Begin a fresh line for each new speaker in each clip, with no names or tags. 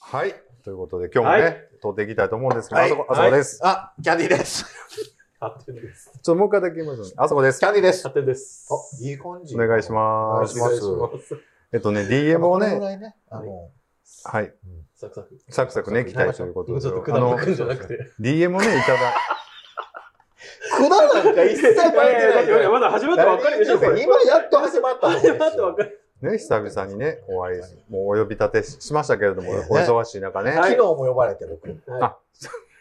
はい。ということで、今日もね、
は
撮っていきたいと思うんですけど、
はい
あそこ、あそこです。
あ、キャンディーです。
勝手です。
ちょっともう一回だけ言いますね。あそこです
キ。ャンディーです。
勝手です。
いい感
お願いし
す。
ま
願
す。
いします
お願いします。
えっとね、DM を
これぐ
ね、
らいね、あの、
はい、
サクサク。
サクサクね、
サク
来
サ
たいとい
ク
うこと
もう
で
ち
す
ょっと
よ。あ
くだ
の
く、んじゃなくて。
DM ね、いただ、
くだなんか一切巻い
い
て
やいや
ない
いやいやまだ始まったばっかりでしょ、これ。
今やっと始まったとこです
始
よ
まったばっかり。
ね、久々にね、お会い、もうお呼び立てししましたけれども、
ね
お忙しい中ね。
昨日も呼ばれて僕。
あ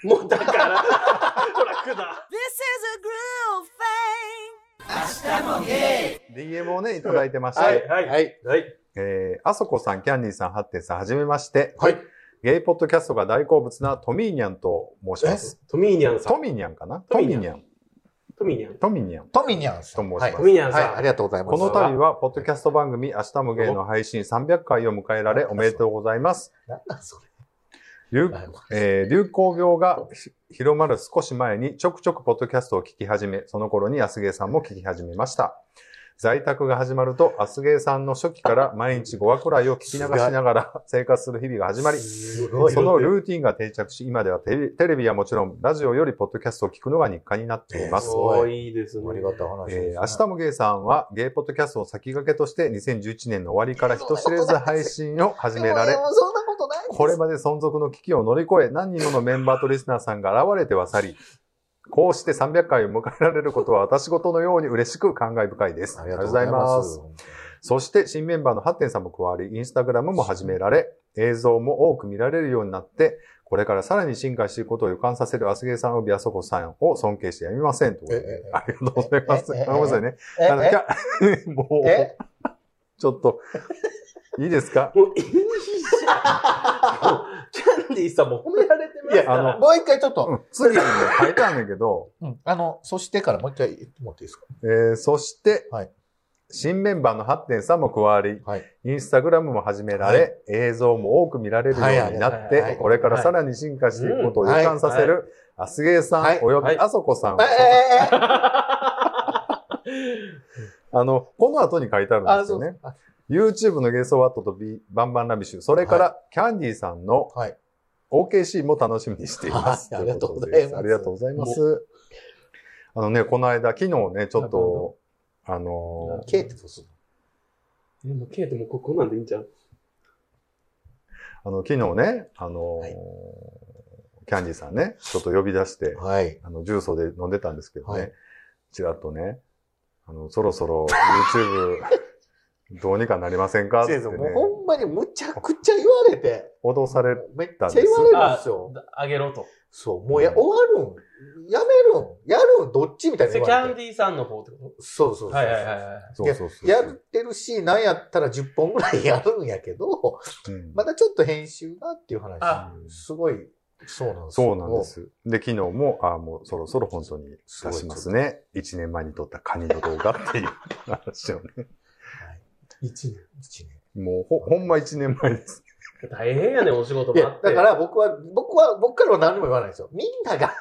もうだから、 ほら、くだ。
This is a groove thing.
DM をね、いただいてまして、
はい、はい、は。
はいい。
えー、あそこさん、キャンディーさん、ハッテンさん、はじめまして。
はい。
ゲイポッドキャストが大好物なトミーニャンと申します。
トミーニャンさん
ト。ミーニャンかな
ト
ト
ミ
ミ
ー
ー
ニ
ニャン。
トミーニャン。
トミーニャン。
トミニャンさん。
と申します
トミーニャン
はい。はい
さ
あ
ん
り。がとうございます。
この度は、ポッドキャスト番組、明日無芸の配信300回を迎えられ、おめでとうございます。
何なんそれ。
流
はい
えー流行病がひ広まる少し前にちょくちょくポッドキャストを聞き始め、その頃に安芸さんも聞き始めました。在宅が始まると、安芸さんの初期から毎日5話くらいを聞き流しながら生活する日々が始まり、
す
ごい
そのルーティンが定着し、今ではテレテレビはもちろん、ラジオよりポッドキャストを聞くのが日課になっています
す
えーそ。
ごいですね。
ありがたい話ですね。
えー明日もゲイさんは、ゲイポッドキャストの先駆けとして、2011年の終わりから人知れず配信を始められ
で、もそんなことないです。
これまで存続の危機を乗り越え、何人ものメンバーとリスナーさんが現れては去り、こうして300回を迎えられることは私事のように嬉しく感慨深いです。
ありがとうございます。。
そして新メンバーのハッテンさんも加わり、インスタグラムも始められ、映像も多く見られるようになって、これからさらに進化していくことを予感させるアスゲーさん及びあそこさんを尊敬してやみません。ということ
え
で
ええ
ありがとうございます。
えええ
あごめんなさいね。
え、
あの キャもう、
え、え、
ちょっと、いいですか
もういいじゃん。キャンディーさんも褒められてますか
いや
ら。
あ
もう一回ちょっ
う
と、
ん、次にも書いてあるんだけど、
うんあの、そしてからもう一回言ってもらっていいですか
えーそして、
はい
新メンバーのハッテンさんも加わり、
はい。
インスタグラムも始められ、
は
映像も多く見られるようになっ
はいはい
て、
はいはい
これからさらに進化していくことを予感させる、アスゲーさん、
はい
および
はい
あそこさん、
え、え、え、え、
あの、この後に書いてあるんですよね。
あ
YouTube のゲイソーワットとビバンバンラビッシュ、それから、キャンディーさんの
はい。
OKC も楽しみにしています。
はいありがとうございます
こでありがとうございます。あのね、この間、昨日ね、ちょっと、あのー、
K ってどうする
えもうケイトもうここなんでいいんじゃん。
あの、昨日ね、あのー
はい
キャンディさんね、ちょっと呼び出して
の、はい。
あの、重曹で飲んでたんですけどね、
はい
ちらっとね、あの、そろそろ YouTube どうにかなりませんかって
先
ね
生、、もうほんまにむちゃくちゃ言われて。
脅され
めっち
た
ゃ
んです
言われるんですよ。
あげろと。
そう、もうや、終わるん。やめるん。やるん、どっちみたいな
それ
言
キャ
わ
ン
れて。
ディーさんの方ってこ
そうそうそ
と
うそう。
はいはいはいはい。
そうそうそう。
やってるし、なんやったら10本ぐらいやるんやけど、
うん
またちょっと編集がっていう話。
あ
すごい、そうなんですよ
そうなんで。す。で、昨日も、ああ、もうそろそろ本当に出しますね。一年前に撮ったカニの動画っていう話をね。
1年、一年。
もうほ、ほんま一年前です。
大変やね、お仕事
い
もあ
や
っ、て。
だから僕は、僕は、僕からは何も言わないですよ。みんなが。
わ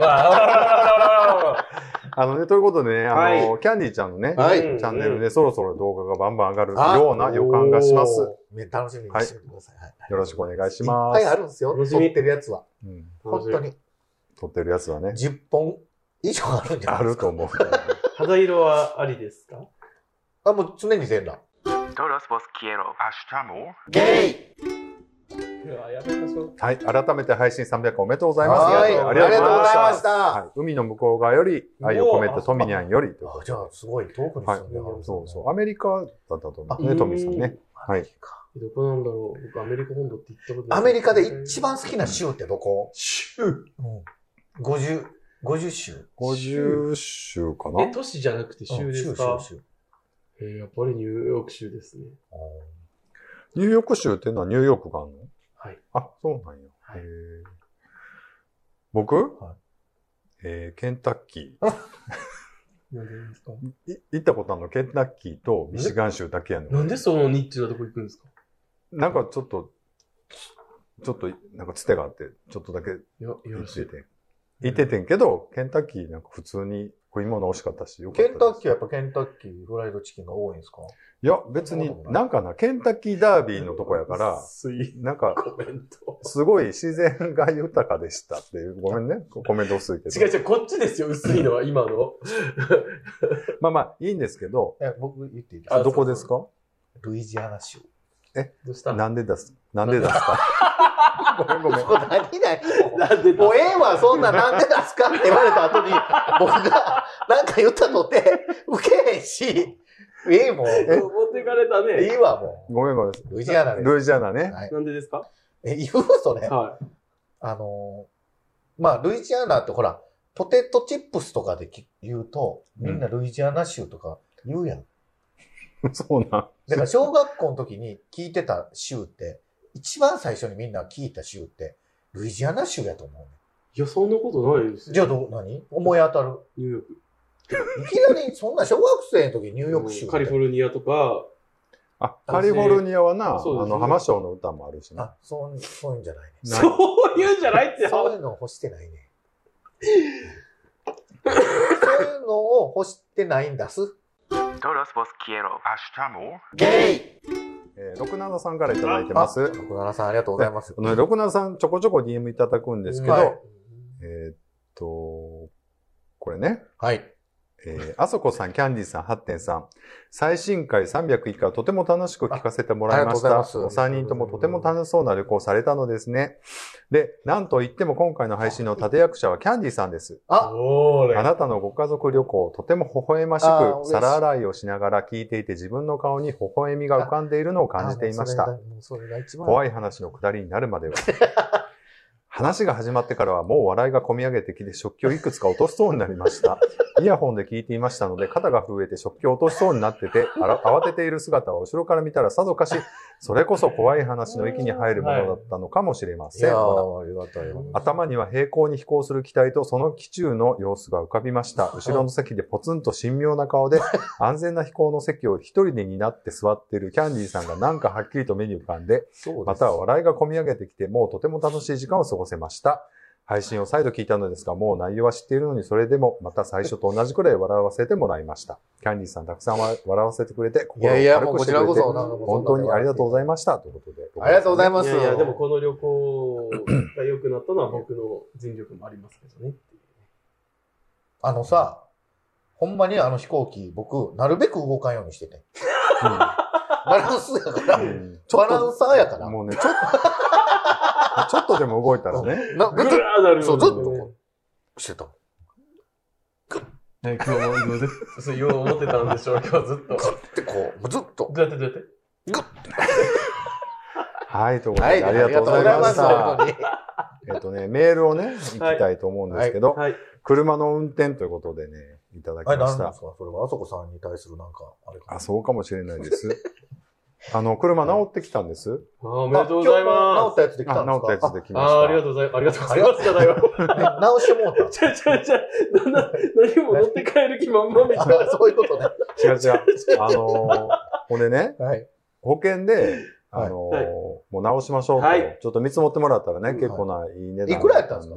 あわあわあわあわ
あのね、ということでね、あの、
は
キャンディーちゃんのね、
はい
チャンネルでそろそろ動画がバンバン上がる
あ
ような予感がします。。
おーね楽しみにしててください。はい
よろしくお願いしま
い
す
っぱいあるんですよ。
楽し
撮
み
ってるやつは。
うん
あ
本当。に。
撮ってるやつはね、
10本以上あるんじゃな
あ
いで
る
すか。
と思う。
肌色はありですか
あ、もう常に全裸。
Todos vos quiero.
ゲイ
うわやってみましょう。
はい、改めて配信300回おめでとうございます。
はい、
あ
あ
り
り
が
が
とう
とう
ご
ご
ざ
ざ
い
い
ま
ますした。
はい、海の向こう側より愛を込めたトミニャンよりというこ
あじゃあ、すごい遠く
とで。
に
はい
住んではる、
そうそう。アメリカだったと思うね、
あ
トミーさんね。はい。
どこなんだろう僕アメリカ本土って行ったことない。
アメリカで一番好きな州ってどこ州うん。50、50州。
50州か
え、
な
都市じゃなくて州です
うん
か
州、州、州。
えーやっぱりニューヨーク州ですね。
ニューヨーク州っていうのはニューヨークがあるの
はい。
あ、そうなんや。
はい
へー僕、
はい
えーケンタッキ
なんでですか
ー。い行ったことあるのケンタッキーとミシガン州だけやねん。
なんでそのニッチなとこ行くんですか
なんかちょっと、ちょっと、なんかつてがあって、ちょっとだけ
いや、よ
言
ろ
っ
しい
て。て。行っててんけど、ケンタッキーなんか普通に食い物美味しかったし、よかったで
ケ
す
ンタッキーはやっぱケンタッキーフライドチキンが多いんですか
いや、別に、なんかな、ケンタッキーダービーのとこやから、
スイ
なんか、
コメント。
すごい自然が豊かでしたっていう、ごめんね、コメント薄いけ
違う
ど。
違う、こっちですよ、薄いのは、今の。
まあまあ、いいんですけど、
え、僕言っていいです
あ
か
あ
どこですか
ルイジアナ州。
どうした
なんで出すなんで出すかごめんごめん。
何だよ。
なんでだ
もうええわ、そんななんで出すかって言われた後に、僕がなんか言ったとて、受けへんし、ええもん。
持ってかれた
い
ね。
いわ、も
ごめんごめん。
う。ルイジアナで
ルイジアナね。
はい
なんでですか
え、言うそれ。
はい。
あのーまあ、ルイジアナってほら、ポテトチップスとかでき言うと、みんなルイジアナ州とか言うやん。
そうなん。
だから小学校の時に聞いてた州って、一番最初にみんな聞いた州って、ルイジアナ州やと思うね。
いや、そんなことないですよ。
じゃあどう、何思い当たる。
ニューヨーク
いきなりそんな小学生の時ニューヨーク州
カリフォ
ル
ルニアとか、
あ、カリフォルニアはな、あ
そうですね
の、浜省の歌もあるしね。
あ、そう、そういうんじゃないね。
な
そういうんじゃないって。
そういうのを欲してないね。そういうのを欲してないんだす。
Todos vos quiero.
ゲイ
えー、六七さんからいただいてます。
徳永さんありがとうございます。
あの六七さんちょこちょこ DM いただくんですけど、
はい
えーっと、これね。
はい。
えー、あそこさん、キャンディーさん、ハッテンさん、最新回301回とても楽しく聞かせてもらいまし
ああり
た。
がとうご
お
ざいます
三人ともとても楽しそうな旅行をされたのですね。で、なんといっても今回の配信の立役者はキャンディーさんです。
あ、
おー
あなたのご家族旅行をとても微笑まし
あー嬉
く、
しい
皿洗いをしながら聞いていて自分の顔に微笑みが浮かんでいるのを感じていまし
あ
た。
もうそれがもうそれが一番。
怖い話のくだりになるまでは。 話が始まってからはもう笑いがこみ上げてきて食器をいくつか落としそうになりま した。イヤホンで聞いていましたので肩が震えて食器を落としそうになってて、あら慌てている姿は後ろから見たらさぞかし、それこそ怖い話の域に入るものだったのかもしれま
い
せん。
やーありがたいよ。
頭には平行に飛行する機体とその機中の様子が浮かびま した。後ろの席でポツンと神妙な顔で、安全な飛行の席を一人で担って座っているキャンディーさんがなんかはっきりと目に浮かんで、
そうで。
ますたは笑いがこみ上げてきて、もうとても楽しい時間を過ごせました。配信を再度聞いたのですが、もう内容は知っているのに、それでもまた最初と同じくらい笑わせてもらいました。キャンディーさんたくさんわ笑わせてくれて、
い
心を
やいや、も
軽
う
く
こ
して
ち
く
ら
れ
こ
て、
そ、なんかもう
本当にありがとうござい
す。
ました。ということで。
ありがとうございます。
いやいや、でもこの旅行が良くなったのは僕の尽力もありますけどね。
あのさ、ほんまにあの飛行機、僕、なるべく動かんようにしてて。バランスやから。
う
バ
んちょっ
ラ
と
ンサーやから。
もうね、ちょっと、ちょっとでも動いたらね。
な
ぐ
グ
ら
ッ
ーなる
そうずっと
ね
こうしてた。
ね、今日も、今絶対、そう言おう思ってたんでしょう、今日ずっと。
で、こう、ずっと。
どうやってどうやって
はい、ということで、ありがとうございまし
あり
た。
がとうございました
えっとね、メールをね、行きたいと思うんですけど、
はい。
車の運転ということでね、いただき
あれ、
ま
何
し
なんで
た
す。かそれは、あそこさんに対するなんか、あれか。
あ、そうかもしれないです。あの、車直ってきたんです。
あーお
う
めでとうございま
治ったやつできた
あ、
んです
直
か
ったやつでき
す。
まし
あ
た。
あー、ありがとうございます。ありがとうございます。じゃないわ。
あえ直してもうた。
ちゃちゃちゃ、なな何も持って帰る気満々みたい
あ
な。
そういうことね。
違う違う。あのー、ほんでね、
はい。
保険で、あのー、
はい
もう直しましょうと
はい。
ちょっと見積もってもらったらね、
うん
結構ないい値段。
いくらやったんですか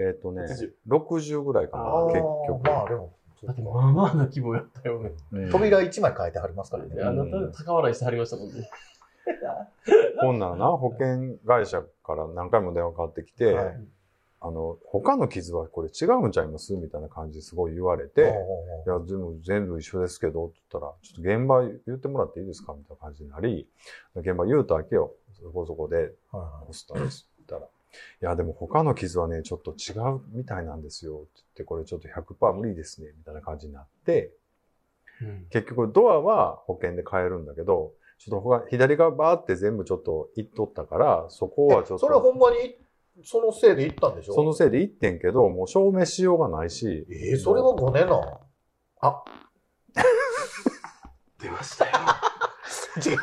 えっとね
80、
60ぐらいかな
あ、
結
ーまあ、でも、
まあまあな規模やったよね。
局。うん
扉一枚変えてはりますからね。
あなた、高笑いしてはりましたもんね。
ほんならな、保険会社から何回も電話かかってきて、
はい
あの、他の傷はこれ違うんちゃいますみたいな感じですごい言われ
おうおう
て、いや、全部、全部一緒ですけど、って言ったら、ちょっと現場言ってもらっていいですかみたいな感じになり、現場言うと開けよ。そこそこで、
おうは
ホスターです。って言ったら、いや、でも他の傷はね、ちょっと違うみたいなんですよ。って言って、これちょっと100%無理ですね。みたいな感じになって、結局ドアは保険で買えるんだけど、ちょっと他左側バーって全部ちょっと行っとったから、そこ
いは
はいちょっ
それは
と、
ほんまに、そのせいで行ったんでしょ
そのせいで行ってんけど、もう証明しようがないし、
えー、それは5年なの
出ましたよ。
違う。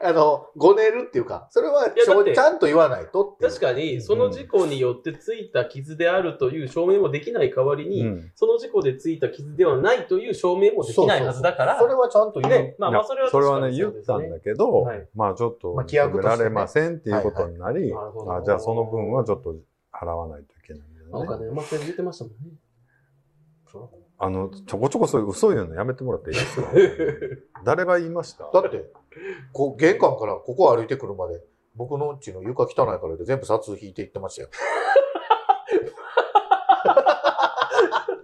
あの、ごねるっていうか、それはち
いやだっ
ょ
て
ちゃんと言わないとっていう。
確かに、その事故によってついた傷であるという証明もできない代わりに、
うん
その事故でついた傷ではないという証明もできないはずだから、
そうそうそうそれはちゃんと言う。
ね、まあ
いや
まあそれは
そ
確
れ
か
はね、
に
言
そう
っ
です
た
ね
んだけど
はい、
まあちょっと
まあ規
認
約
め
とし
ら
てね
れませんっていうことになり、
はいはいなるほど
あじゃあその分はちょっと払わないといけないんじゃ
お金うまく言ってましたもんね。
あの、ちょこちょこそういう嘘言うのやめてもらっていいですか誰が言いました
だって、こう、玄関からここ歩いてくるまで、僕のうちの床汚いから言って全部札引いていってましたよ。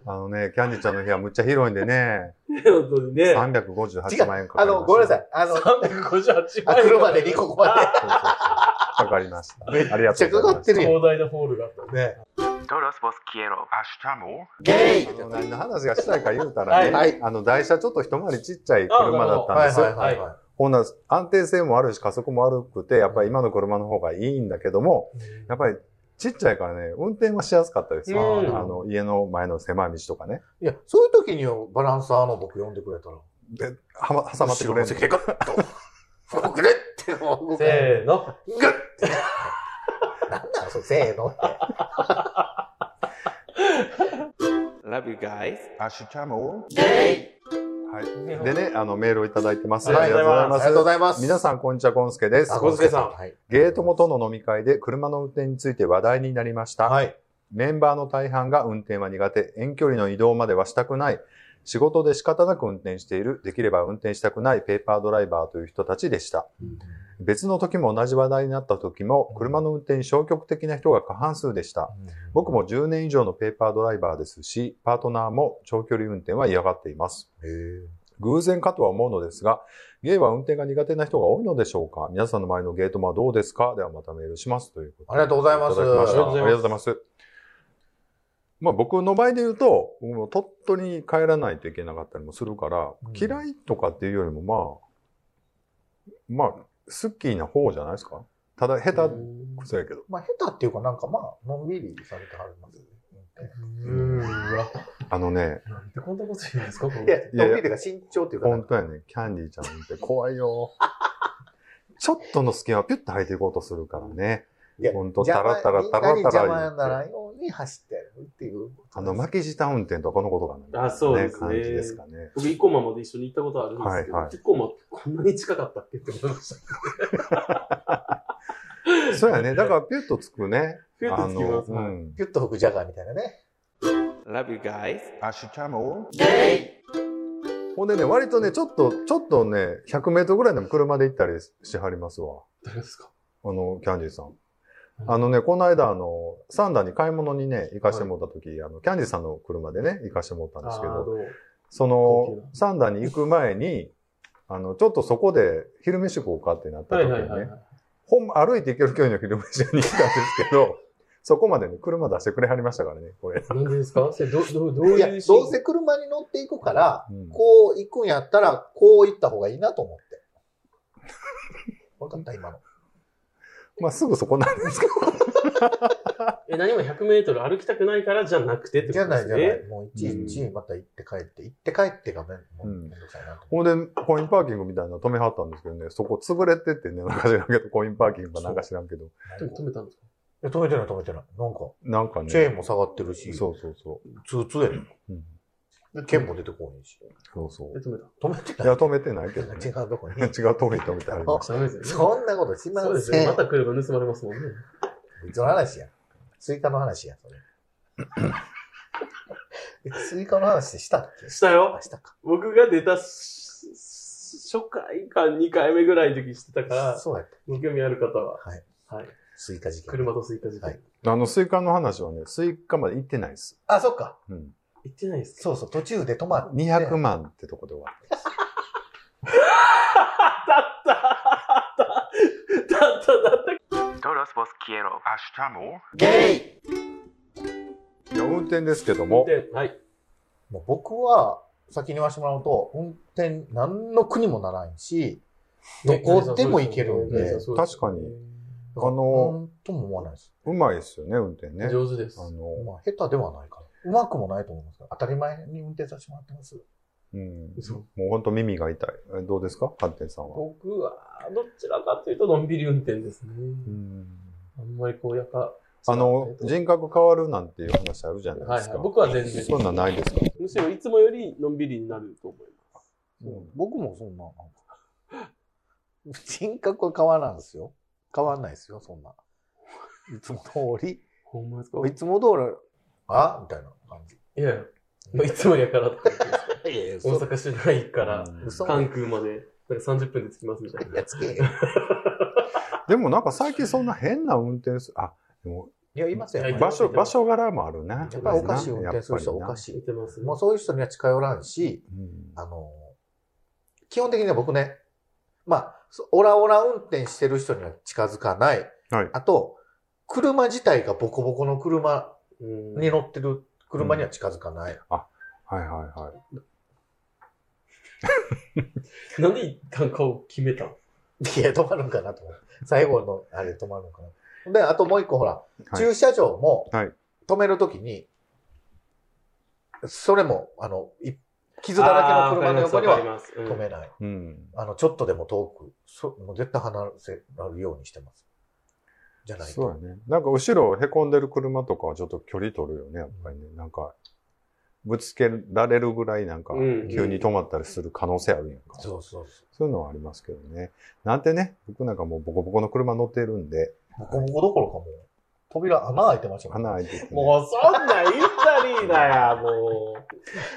あのね、キャンディちゃんの部屋むっちゃ広いんでね、
本当にね。
358万円かかりました。
あの、ごめんなさ
い。
い。あの、
358
あ
万円。
車で2個まで。
かかりました。
め
あり が
っち
と
ゃ
うございま
かかっ
す。
てるやん。
広大なホールがあった。
ね、
Todos vos quiero.
ゲイ
あの何の話がしたいか言うたらね、
はいはい
あの台車ちょっと一回りちっちゃい車だったんですよ。
あなるほどはいはいはい
は
ほんなら安定性もあるし加速も悪くて、やっぱり今の車の方がいいんだけども、やっぱりちっちゃいからね、運転はしやすかったですよ。
うん
あの家の前の狭い道とかね。
い。いや、そういう時にバランサーの僕呼んでくれたら。
で、はま、挟まってくれんの
後ろの席でガッと。動くねってのを動く
せーの。
グッて。なんだよ、それせーのって。
Love you guys.
でね、あのメールをいただいてます。
はい
ありがとうございます。
皆さん、こんにちは、ゴンスケです
あ、。
ゴンスケさん
はい。
ゲート元の飲み会で車の運転について話題になりました。
はい。
メンバーの大半が運転は苦手、遠距離の移動まではしたくない、仕事で仕方なく運転している、できれば運転したくないペーパードライバーという人たちでした。別の時も同じ話題になった時も、車の運転に消極的な人が過半数でした。僕も10年以上のペーパードライバーですし、パートナーも長距離運転は嫌がっています。
へー
偶然かとは思うのですが、ゲイは運転が苦手な人が多いのでしょうか皆さんの前のゲートマンはどうですかではまたメールしますということ
ありがとうございます
ただきましたあ
あ
りがと
りがと
う
う
ございます。まあ僕の場合で言うと、僕も鳥取に帰らないといけなかったりもするから、
うん
嫌いとかっていうよりもまあ、まあ、スッキーな方じゃないですかただ下手くそやけど。
まあ、下手っていうか、なんかまあ、のんびりされてはります。
うーわ。
あのね、
なんでこんなこと言うんですか、この
いや、
いや
のんびりというか、慎重っていうかなん
本
か、
当やね、キャンディーちゃんって怖いよ。ちょっとの隙間をピュッと履いていこうとするからね。
いや
本当
邪
タ
魔
ラタラタラ
みんなに
タ
邪
ラ
魔
言
に
って
ならんように走ってやるっていう。
あの、巻き舌運転とはこのことかな、
あそうですね
感じですかね。
僕、生駒まで一緒に行ったことあるんですけど、
はいはい
生駒、こんなに近かったっけって思いました。
そうや ね。だから、ピュッとつくね。
ピュッとつきます
あの
はい
うん
ピュッと吹くジャガーみたいなね。
Love you guys.
ほんでね、割とね、ちょっと、ちょっとね、100メートルぐらいでも車で行ったりしはりますわ。
誰ですか
あの、キャンディーさん。あのね、この間、あの、サンダーに買い物にね、行かしてもらった時、あの、キャンディーさんの車でね、行かしてもらったんですけ
あー
ど、
う
そ
高級
の、サンダーに行く前に、あの、ちょっとそこで昼飯食おうかってなった
は
時
い
にね、
はいはいはい。
ほんま歩いて行ける距離の昼飯屋に行ったんですけど、そこまでね、車出してくれはりましたからね、これ。
なんでです かそれどどどういう
いや、
シーン
どうせ車に乗っていくから、
うん
こう行くんやったら、こう行った方がいいなと思って。 わかった、今の。
まあ、すぐそこなんですけど。
え、何も100メートル歩きたくないからじゃなくてってこ
じ
と
ゃ
で
ない
す
じゃない
ね。。
もういちいちまた行って帰って、行って帰ってがめんもう
うん
めんどくさいなと思
ほんで、コインパーキングみたいなの止めはったんですけどね、そこ潰れてってね、なんか知らんけど、コインパーキングかなんか知らんけど、
で
っ
も
て。
止めたんですか
いや止めてない、止めてない。なんか、
なんかね。
チェーンも下がってるし、ツ
そうそうそ
ーツーやねん。
う。うん、
剣も出てこないし。
そうそ
え、止めた。
止めて
う。い
な
や、
い。
止めてないけど、
違
ね、
うとこに
違う。通りに止めてありまし
ダメですよね。
そんなことしま
そうです
せ
ね。
ん。
また車盗まれますもんね。
別の話や。スイカの話や、それ。えスイカの話したっけ
したよ
あ。したか。
僕が出たしし初回か2回目ぐらいの時してたから、
そうやった。
ご興味ある方は。
はい。
はい。
スイカ事件。
車とスイカ事件。
はい
た。あの、スイカの話はね、スイカまで行ってないです。
あ、そっか。
うん。
行ってないです。
そうそう、途中で止まって。
200万ってとこで終わった。
だっただっただっただった
Todos vos quiero.
ゲイ
いや、運転ですけども、
で、はい。
もう僕は、先に言わせてもらうと、運転、何の国もならんし、どこでも行けるん
ね
で、
そうですよね確かにあの
なんとも思わないです。
うまいですよね、運転ね。
上手です。
あの、
まあ、下手ではないから。うまくもないと思いますけど当たり前に運転させてもらってます。
うん。
そう
もうほんと耳が痛い。えどうですかハッテンさんは。
僕は、どちらかというと、のんびり運転ですね。
うん。
あんまりこう、やっぱ、
あの、
はい
人格変わるなんていう話あるじゃない
は
です
い
か。。
僕は全然。
そんなんないですか
むしろいつもよりのんびりになると思いま
うん僕もそんな、なんか。 人格は変わらんですよ。変わんないですよ、そんな。いつも通り。
す。ほんまですか
いつも通あみたいな感じ。
いや、いつもやからって言って
いやいや、
大阪市内から
うん
嘘
関空まで、なんか30分で着きますみたいな。
やつけ。い
でもなんか最近そんな変な運転する、あ、でも
や、いますよ。
い
場
ます
所、場所柄もあるな。
やっぱりおかしい運転する人はおか
い。
し
見てます
い。もうそういう人には近寄らんし、
うん
あの、基本的には僕ね、まあ、そオラオラ運転してる人には近づかない。
はい
あと、車自体がボコボコの車
うん
に乗ってる車には近づかない。
はいはいはい。
なんで一旦顔決めたの
いや、止まるんかなと思って。最後のあれで止まるのかな。で、あともう一個ほら、
い
駐車場も
はい
止めるときに、それも、あの、い傷だらけの車の横には止
止
めない。
うん。
あの、ちょっとでも遠く、そもう絶対離せられるようにしてます。じゃない
そう
と。
やね。なんか後ろへこんでる車とかはちょっと距離取るよね、やっぱりね。なんか、ぶつけられるぐらいなんか、
うん
急に止まったりする可能性あるやんか。
そうそうそう。
そういうのはありますけどね。なんてね、僕なんかもうボコボコの車乗ってるんで、
ボコボコどころかもう、扉穴開いてましたもん
穴開いてて、ね。
もうそんなんインタリーだや、も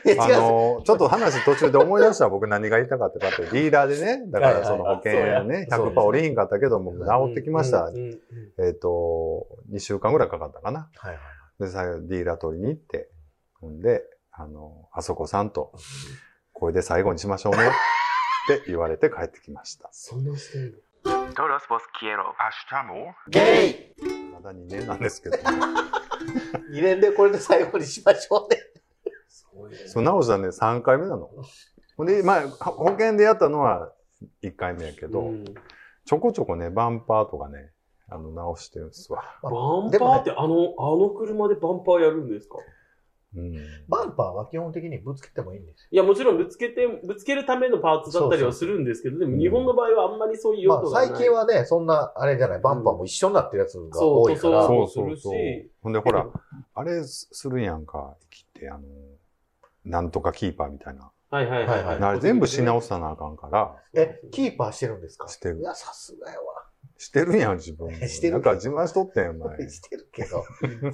う。
いや、
あ
違う。
の、ちょっと話途中で思い出した僕何が言いたかったかって、リーダーでね、だからその保険ね、
はいはいはいそうや
100%折りひんかったけども、治ってきました
うん。うんうん
えっと、2週間ぐらいかかったかな。
はいはい。
で、さディーラー取りに行って、ほんで、あの、あそこさんと、これで最後にしましょうねって言われて帰ってきました。
そんなしてんの
Todos vos quiero.
明日も
ゲイ
まだ2年なんですけど、
!2 年でこれで最後にしましょうね。
そう、直したね、3回目なの。ほんで、まあ、保険でやったのは1回目やけど、
うん
ちょこちょこね、バンパーとかね、あの、直してるんですわ。
バン
で
パ
も
ー
ね
ってあの、あの車でバンパーやるんですか
うん。
バンパーは基本的にぶつけてもいいんです
いや、もちろんぶつけて、ぶつけるためのパーツだったりはするんですけど、でも日本の場合はあんまりそういう
よ。ま
用
あ
途がない。
最近はね、そんな、あれじゃない、バンパーも一緒になってるやつが多いか
あ
ら、
そ
そうう
そう
す
そう
るし。
ほんで、ほら、あれすするやんか、生きて、あの、なんとかキーパーみたいな。
はいはいはい
は
はいい。
あれ全部し直さなあかんから、
え、キーパーしてるんですか
してる
いや、さすがやわ。
してるやん、自 分も。
してる
なんか自慢しとったやん、前。
してるけど、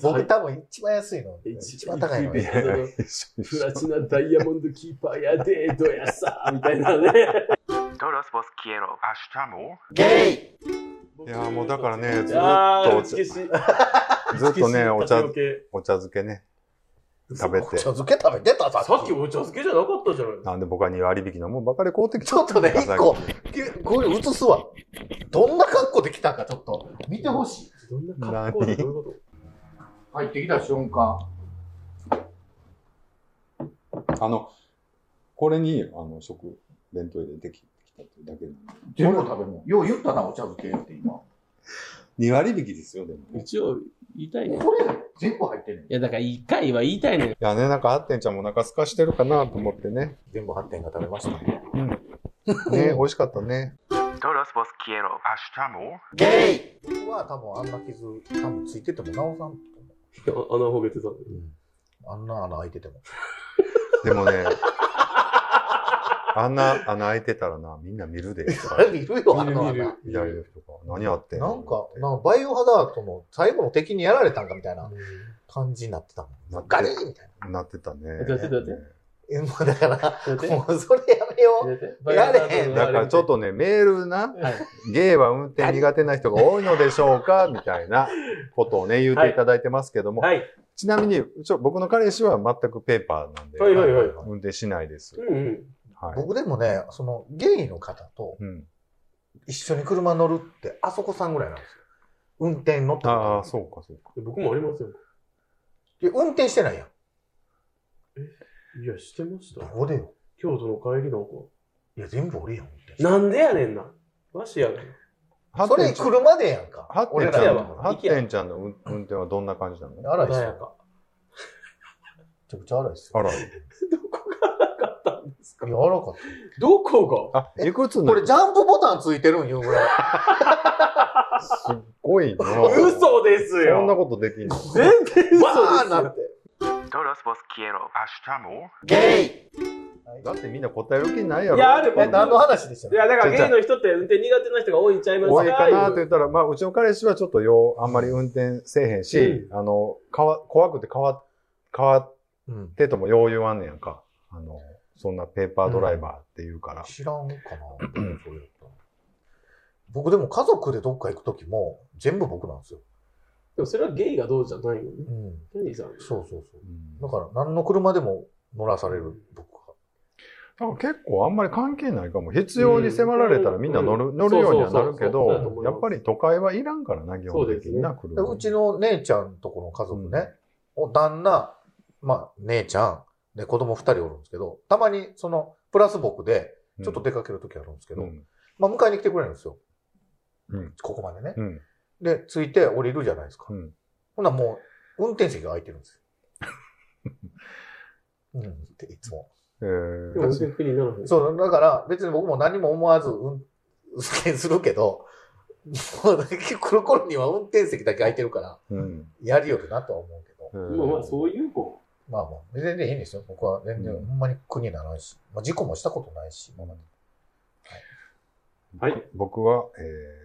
僕多分一番安いの、一
一
番
番
高いの
低い
い
ね
ね。
やいや一緒
プ
一緒
ラチナダイヤモンドキーパーやで、どやさ、みたいなね。
Todos vos quiero.
ゲ
い
イ
やもうだからねずっと
あー打ち消し
ず っとね、お茶
打、ち消し
お茶漬けね、食べ
お茶
て。
漬け食べてたさ
さっきお茶漬けじゃなかったじゃない
なんで僕は2割引きのもんばかり買うてき
ちょっとね、
た
一個、けこれ映すわ。どんな格好で来たかちょっと見てほしい。
どんな格好でどういうこ
入ってきた瞬間。
あの、これに、あの、食、弁当入れてきたっていうだけなんで。
全部食べ物。よう言ったな、お茶漬けって今。こと
2割引きですよ、でも
と
ね。い
一応、言いたい
れ
ね。
全部入ってんねん。
いや、だから一回は言いたいね。
やね、なんかあってんちゃんもお腹空かしてるかなと思ってね。
全部発展が食べました。
ね、美味しかったね。
Todos vos quiero.
ゲイ僕は多分あんな傷、多分ついてても直さんと思
穴ほげてた。
う。あんな穴開いてても。
でもね、あんな穴開いてたらな、みんな見 るで。
見るよ、あの
見る見
穴
る。
左の人が。何あっての
なんか、なんかバイオハザードの最後の敵にやられたんかみたいな感じになってたも
なっ
ん。
て
ガリーンみたいな。
なってたね。
だってだって
え、もうだから、
やって。
もうそれやめよやれへん
だからちょっ
と。
とね、メールな、
はい
ゲイは運転苦手な人が多いのでしょうかみたいなことをね、言っていただいてますけども、
はい。
ちなみに、ちょ僕の彼氏は全くペーパーなんで、
はいはいはい
はい
運転しないです。
うんうん。
は
う。
い。
僕でもね、そのゲイの方と
うん、
一緒に車乗るって、あそこさんぐらいなんですよ。運転乗って
ああ、そうか、そうか。
僕もありますよ。
いや運転してないやん。
いや、してました
ど。こでよ。
京都の帰りなんか。
いや、全部俺やん。運転して
なんでやねんな。わしやねん。
それ
ハ
車でやんか。
ッテ
俺
ンち
ら
ゃん
や
の
わ。
ハッテンちゃんの運運転はどんな感じなの
荒いっす
穏
よ。
や
め
か。
ちゃくちゃ荒いっすよ。
あら、
どこがなかったんですか
柔らかっ
どこが
あ、いくつ
た。
の
これジャンプボタンついてるんよ、これ。
すっごいな。
嘘です
そんな
よ
ことできんの
全然嘘ですよ
わーなって。
Todos vos quiero.
ゲイ
だってみんな答える気ないやろ。
いやある
え、何の話でし
い
た
や、だからゲイの人って運転苦手な人が多いんちゃいます
多いかなって言ったら、まあ、うちの彼氏はちょっとよう、あんまり運転せえへんし、あの、かわ、怖くて変わ変わっ
うん。
てともよう言わんねやんか。あの、そんなペーパードライバーって言うから。
知らんかな。そういうこと僕でも家族でどっか行くときも全部僕なんですよ。
でもそれはゲイがどうじゃないよね。
うん。
キャンディーさん。
そうそうそう。
うん
だから何の車でも乗らされる僕は。
だから結構あんまり関係ないかも。必要に迫られたらみんな乗る,、
うん
乗るようにはなるけ
そうそうそうそうだと
ど
思、いま
や
す
っぱり都会はいらんからな、基本的にな、
で
車。
うちの姉ちゃんとこの家族ね、お旦那、まあ姉ちゃん、で子供二人おるんですけど、たまにそのプラス僕でちょっと出かけるときあるんですけ
け
ど、
うん。
まあ迎えに来てくれるんですよ。
うん
ここまでね。
うん。
で、着いて降りるじゃないですか。
うん
ほんならもう、運転席が空いてる んですよ。うん、っていつも。
えー
でも、別にならへん。
そう、だから別に僕も何も思わず運転するけど、 もう来る頃には運転席だけ空いてるから、
うん。
やりよるなとは思うけど。
えー
まあまあ、そういう子。
まあまあ、全然いいんですよ。僕は全然、
うん
ほんまに苦にならないし、まあ事故もしたことないし、今まで
はい。
僕は、え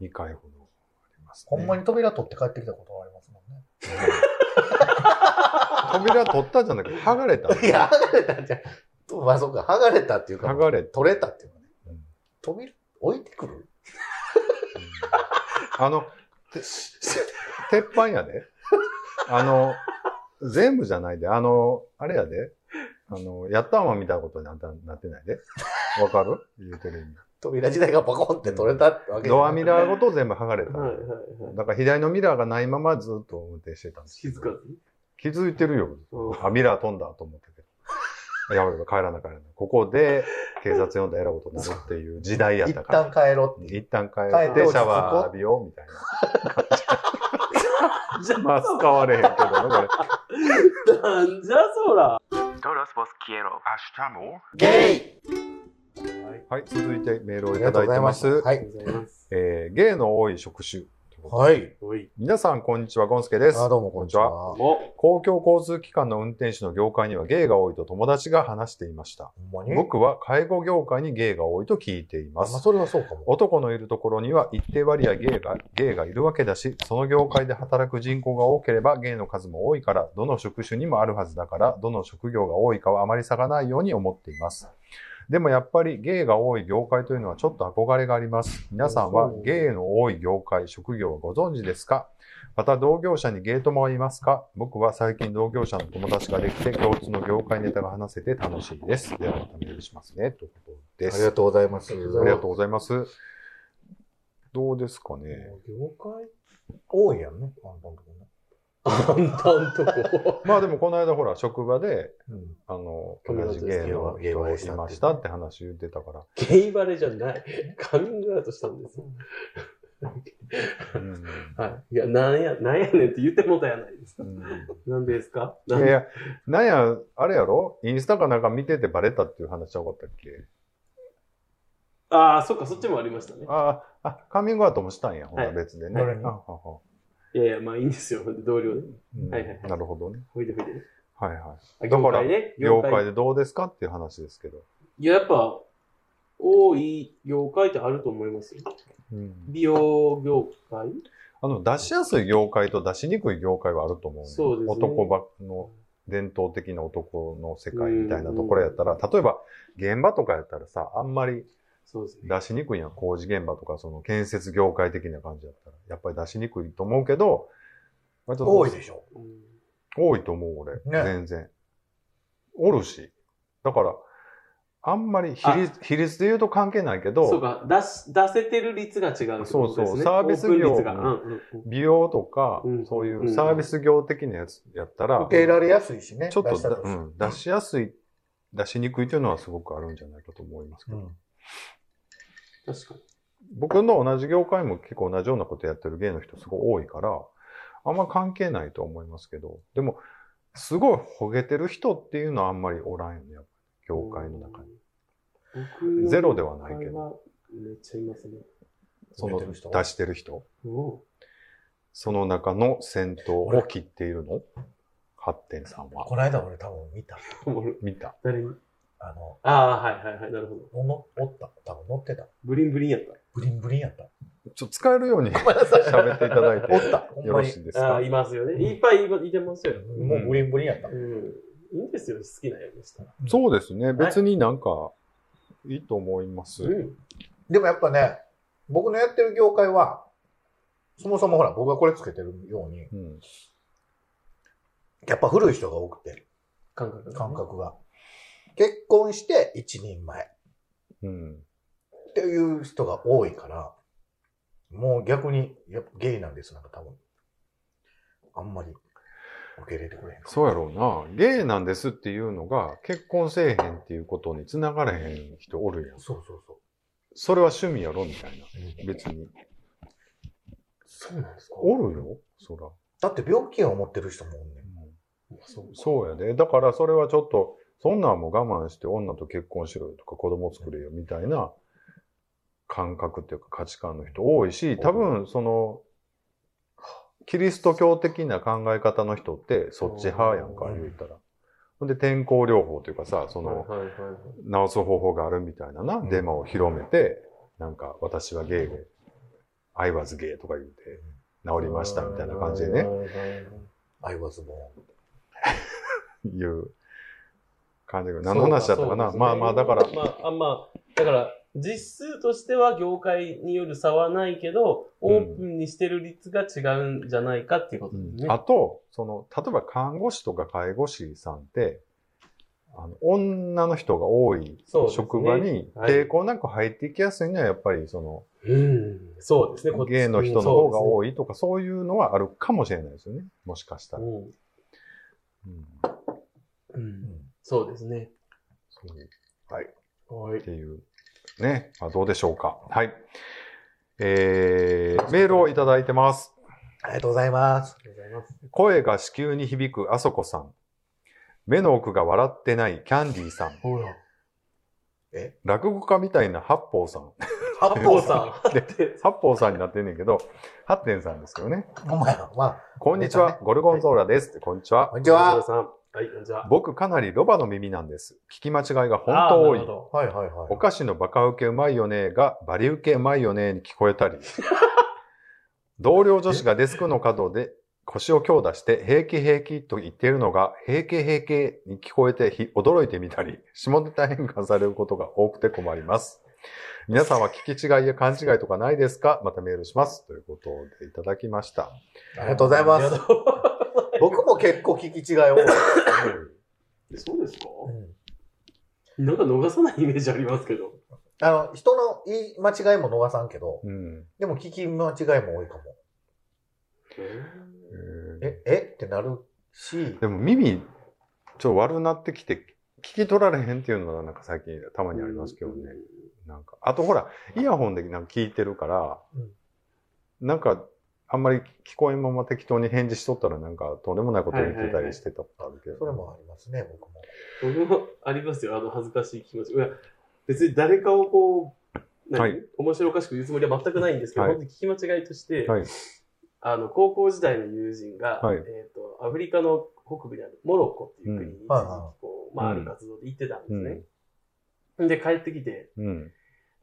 ー、2回ほどあります、ね。
ほんまに扉取って帰ってきたことはありますもんね。
扉取ったじゃなくて、剥がれたの。
いや、剥がれたんじゃ、まあそうか、剥がれたっていうか、
剥がれた。
取れたっていうかね
うん。
扉、置いてくる
あの、て鉄板やで。あの、全部じゃないで、あの、あれやで。あの、やったんは見たことになったなってないで。わかる言うてる
扉自体がパコンって取れたってわ
意
け
味。
じゃない
ドアミラーごと全部剥がれた。
はいはいはい。
だから左のミラーがないままずっと運転してたんです
気づかずに。
気づいてるよ。
うん
あ、ミラー飛んだと思ったけど。やばいやばい、帰らな帰らな。ここで警察呼んだらえらいことになるっていう時代やっ
一
たから。
旦帰ろうっていう。
一旦帰
帰
っ
って
て
落
シ
ち着こ
ャ
う
ワー浴びようみたい
じゃ
な。まあ使われへんけどね、これ。
あ、なんじゃそら。
Todos vos quiero.
ゲイ
はい、続いてメール
あ
をい
り
た
がと
だいて
うございま。
ますす。
は
あり
い。
がとうございます。
えー、芸の多い職種。
はい。
おい。
皆さん、こんにちは。ゴンスケです
あ、。どうもこんにちは。ほ
お
公共交通機関の運転手の業界には芸が多いと友達が話していました。
んまに
僕は介護業界に芸が多いと聞いてい
あ、ま
ま
あ
す。
それはそうかも。
男のいるところには一定割合ゲイが、ゲイがいるわけだし、その業界で働く人口が多ければゲイの数も多いから、どの職種にもあるはずだから、どの職業が多いかはあまり差がないように思っています。でもやっぱりゲイが多い業界というのはちょっと憧れがあります。皆さんはゲイの多い業界、職業はご存知ですかまた同業者にゲイ友はいますか僕は最近同業者の友達ができて共通の業界ネタが話せて楽しいです。ではまたメールしますね。ということで
あ
す
り。がとうございます。
ありがとうございます。どうですかね。
業界
多いやんね。あんたんとこね
あんたんとこ。
まあでもこの間ほら、職場で、
うん。
あの、
友
同
達
じ
です
芸能
芸
人
能
を
人
いましたって話言ってたか
ゲイバレじゃない。カミングアウトしたんです。
ら。うん
はい。いや、なんや、なんやねんって言ってもうたや ないですか。なんでですか
い
なん
やい
で
や、なんや、あれやろインスタかなんか見ててバレたっていう話ちゃうかったっけ
ああ、そっか、そっちもありましたね。
ああ、あ、カミングアウトもしたんや。ほら
はい
別でね。
誰に
あははい
やいや、まあいいんですよ。同僚で。
うん
はいはいはい
なるほどね。
ほいでほいでね。
はいは
あ
だ
業
から
界ね。
い。業界でどうですかっていう話ですけど。
いや、やっぱ、多い業界ってあると思いますよ。
うん
美容業界
あの、出しやすい業界と出しにくい業界はあると思うね。
そうですね
男ばっの、伝統的な男の世界みたいなところやったら、例えば現場とかやったらさ、あんまり
そうですね。
出しにくいやん。工事現場とか、その建設業界的な感じやったら、やっぱり出しにくいと思うけど、割と
多いでしょ。
うん
多いと思う、俺。
ね
全然。おるし。だから、あんまり比率、比率で言うと関係ないけ
そう
ど、
か、出し、出せてる率が違うってことですね。
そうそうサービス業
オープン率が。うんうん
美容とか、
うん
そういうサービス業的なやつやったら、
受け入れられやすいしね。
ちょっと
出した
だ
とし
う
て
ん、出しやすい、出しにくいというのはすごくあるんじゃないかと思いますけ
う
ど、
ん。
うん。確かに。
僕の同じ業界も結構同じようなことやってる芸の人すごい多いから、あんま関係ないと思いますけど、でも、すごいほげてる人っていうのはあんまりおらんよね、やっぱり業界の中に。
に
ゼロではないけど。
めっちゃいますね。
そ
ほ
の
げて
出
る人
してる人、
お
その中の先頭を切っているの発展さん
こ
は。
の間俺多分見た。
う
見た。
誰に
あの、
ああ、はいはいはい、なるほど。
おのおった。多分乗ってた。
ブリンブリンやった。
ブリンブリンやった。
ちょっと使えるように
ごめんなさい。
喋っていただいて
おった。ほん
よ
ま
ろ
に
し。いです
あ
か
ーいますよね。いっぱいいまいてますよ。
もうブリンブリンやった。
うん。いいんですよ、好きなようにしたら。
そうですね。別になんか、いいと思います。
うん。
でもやっぱね、僕のやってる業界は、そもそもほら、僕がこれつけてるように、
うん。
やっぱ古い人が多くて、
感覚が
感覚が。結婚して一人前
うん。
っていう人が多いから、もう逆に、やっぱゲイなんです、なんか多分。あんまり受け入れてくれへん。
そうやろうな。ゲイなんですっていうのが、結婚せえへんっていうことに繋がれへん人おるやん。
そうそうそう。
それは趣味やろみたいな。別に。
そうなんですか
おるよそら。
だって病気を持ってる人もおんねん。
そうそうやで。だからそれはちょっと、そんなんも我慢して女と結婚しろよとか子供作れよみたいな感覚っていうか価値観の人多いし、多分その、キリスト教的な考え方の人ってそっち派やんか、言うたら。ほんで、天候療法というかさ、その、
はいはいはいはい。
治す方法があるみたいなな、デマを広めて、なんか、私はゲイで、I was gay とか言うて、治りましたみたいな感じでね、
I was born.
いう感じが、何の話だったかな。まあまあ、だから、
まあ、あんま、だから、実数としては業界による差はないけど、
うん
オープンにしてる率が違うんじゃないかっていうことですね。
あと、その、例えば看護師とか介護士さんって、あの女の人が多い
そうですね
職場に
はい
抵抗なく入っていきやすいのはやっぱりその、
うん。そうですね、こっち
ゲイの人の方が
い。
多いとかそういうのはあるかもしれないですよね。もしかした
う
ら。
ん
うん
うん。そうですね。
そう
はい
っ。ていう、ね。まあ、どうでしょうか。はい。えー、メールをいただいてます。
ありがとうございます。
ありがとうございます。
声が子宮に響くあそこさん。目の奥が笑ってないキャンディーさん。
ほら。
落語家みたいな八方さん。
八
八方さん。
八方さんになってんねんけど、八天さんですけどね。
ん。ほんまや。まあ、
こんにちは、ゴルゴンゾーラです。こんにちは
こ。んにち
八方
は。
さん。はい、こんにちは。
僕かなりロバの耳なんです。聞き間違いが本
あー
当多
なるほ
い。
ど
はいはいはい。
お菓子のバカウケうまいよねがバリウケうまいよねに聞こえたり。同僚女子がデスクの角で腰を強打して平気平気と言っているのが平気平気に聞こえてひ驚いてみたり、下ネタ変換されることが多くて困ります。皆さんは聞き違いや勘違いとかないですかまたメールします。ということでいただきました。
ありがとうござい
あり
ま
が
す。
とう
僕も結構聞き違い多い。
そうですか
うん
なんか逃さないイメージありますけど。
あの、人の言い間違いも逃さんけど、
うん。
でも聞き間違いも多いかも。え、えってなるし、
でも耳、ちょっと悪なってきて、聞き取られへんっていうのはなんか最近たまにありますけどね。なんか、あとほら、イヤホンでなんか聞いてるから、
うん
なんか、あんまり聞こえんまま適当に返事しとったらなんか、とんでもないこと言ってたりしてたことあるけど。
それもありますね、僕も。
僕もありますよ、あの恥ずかしい気持ち。いや、別に誰かをこう、何
はい
面白おかしく言うつもりは全くないんですけど、
はい
本当に聞き間違いとして、
はい
あの、高校時代の友人が、
はい
えっ、と、アフリカの北部にあるモロッコっていう国に一時期
はいは
こう、まあ、ある活動で行ってたんですね。で、帰ってきて、
うん。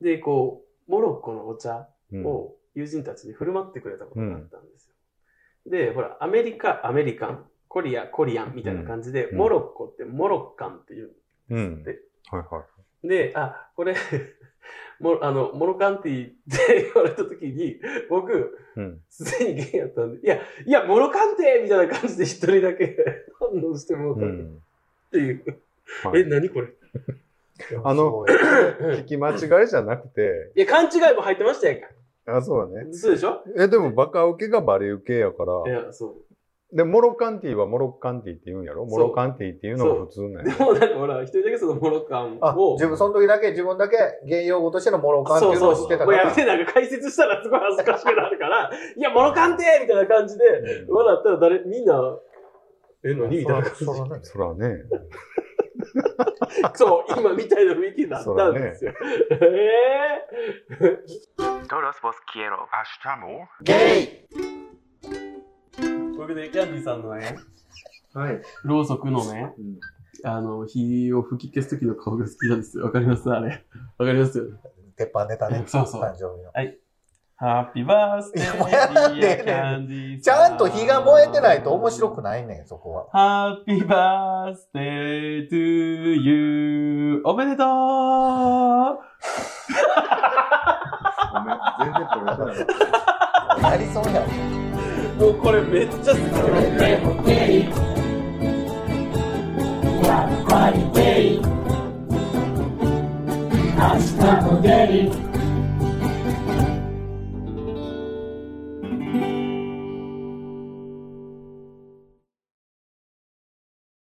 で、こう、モロッコのお茶
うん。
を友人たちに振る舞ってくれたことがあったんですよ。で、ほら、アメリカ、アメリカン、コリア、コリアンみたいな感じで、
うん
モロッコってモロッカンっていう
うん。
で
はいはい。
で、あ、これ、 もあの、モロカンティって言われた時に、僕、
うん。
すでにゲイやったんで、いや、いや、モロカンティみたいな感じで一人だけ反応してもう
う
たっ
ん。
ていう。
はい
え、何これ
あの
すごい、
聞き間違いじゃなくて、
いや、勘違いも入ってましたやんか。
あ、そうだね。
そうでしょ
え、でもバカウケがバレウケやか
い
ら、
や、そ
で、モロカンティはモロカンティって言うんやろモロカンティっていうのが普通な
う。
ん
で
や
も、なんかほら、一人だけそのモロカン
あ、
を、
自分、その時だけ、自分だけ、原用語としてのモロカンって
そ
いううの
そ
を
う
知
そ
って
う。
た
も
か
うや
ら
め、て、なんか解説したらすごい恥ずかしくなるから、いや、モロカンティみたいな感じで、笑ったら誰、みんな、え、何みたいな感じ
そ。らね
そらね。
そう、今みたいな雰囲気になったんですよ。え
Todos vos quiero.
えー、これでキャンディさんのね、
はい。
ろうそくのね、
うん
あの、火を吹き消す時の顔が好きなんですよ。わかりますあれ。わかりますよ。
鉄板ネタね。
そうそう
誕生日の。
はい。ハッピーバースデ
いやもうや
ー
らんでええね
デ
ん
ィアカンディーさ
ちゃんと火が燃えてないと面白くないねん、そこは。
ハッピーバースデートゥーユーおめでとう
ごめん、全然これわからない。
なりそうやん。
もうこれめっちゃ好き
やっぱりデイ明日もデイ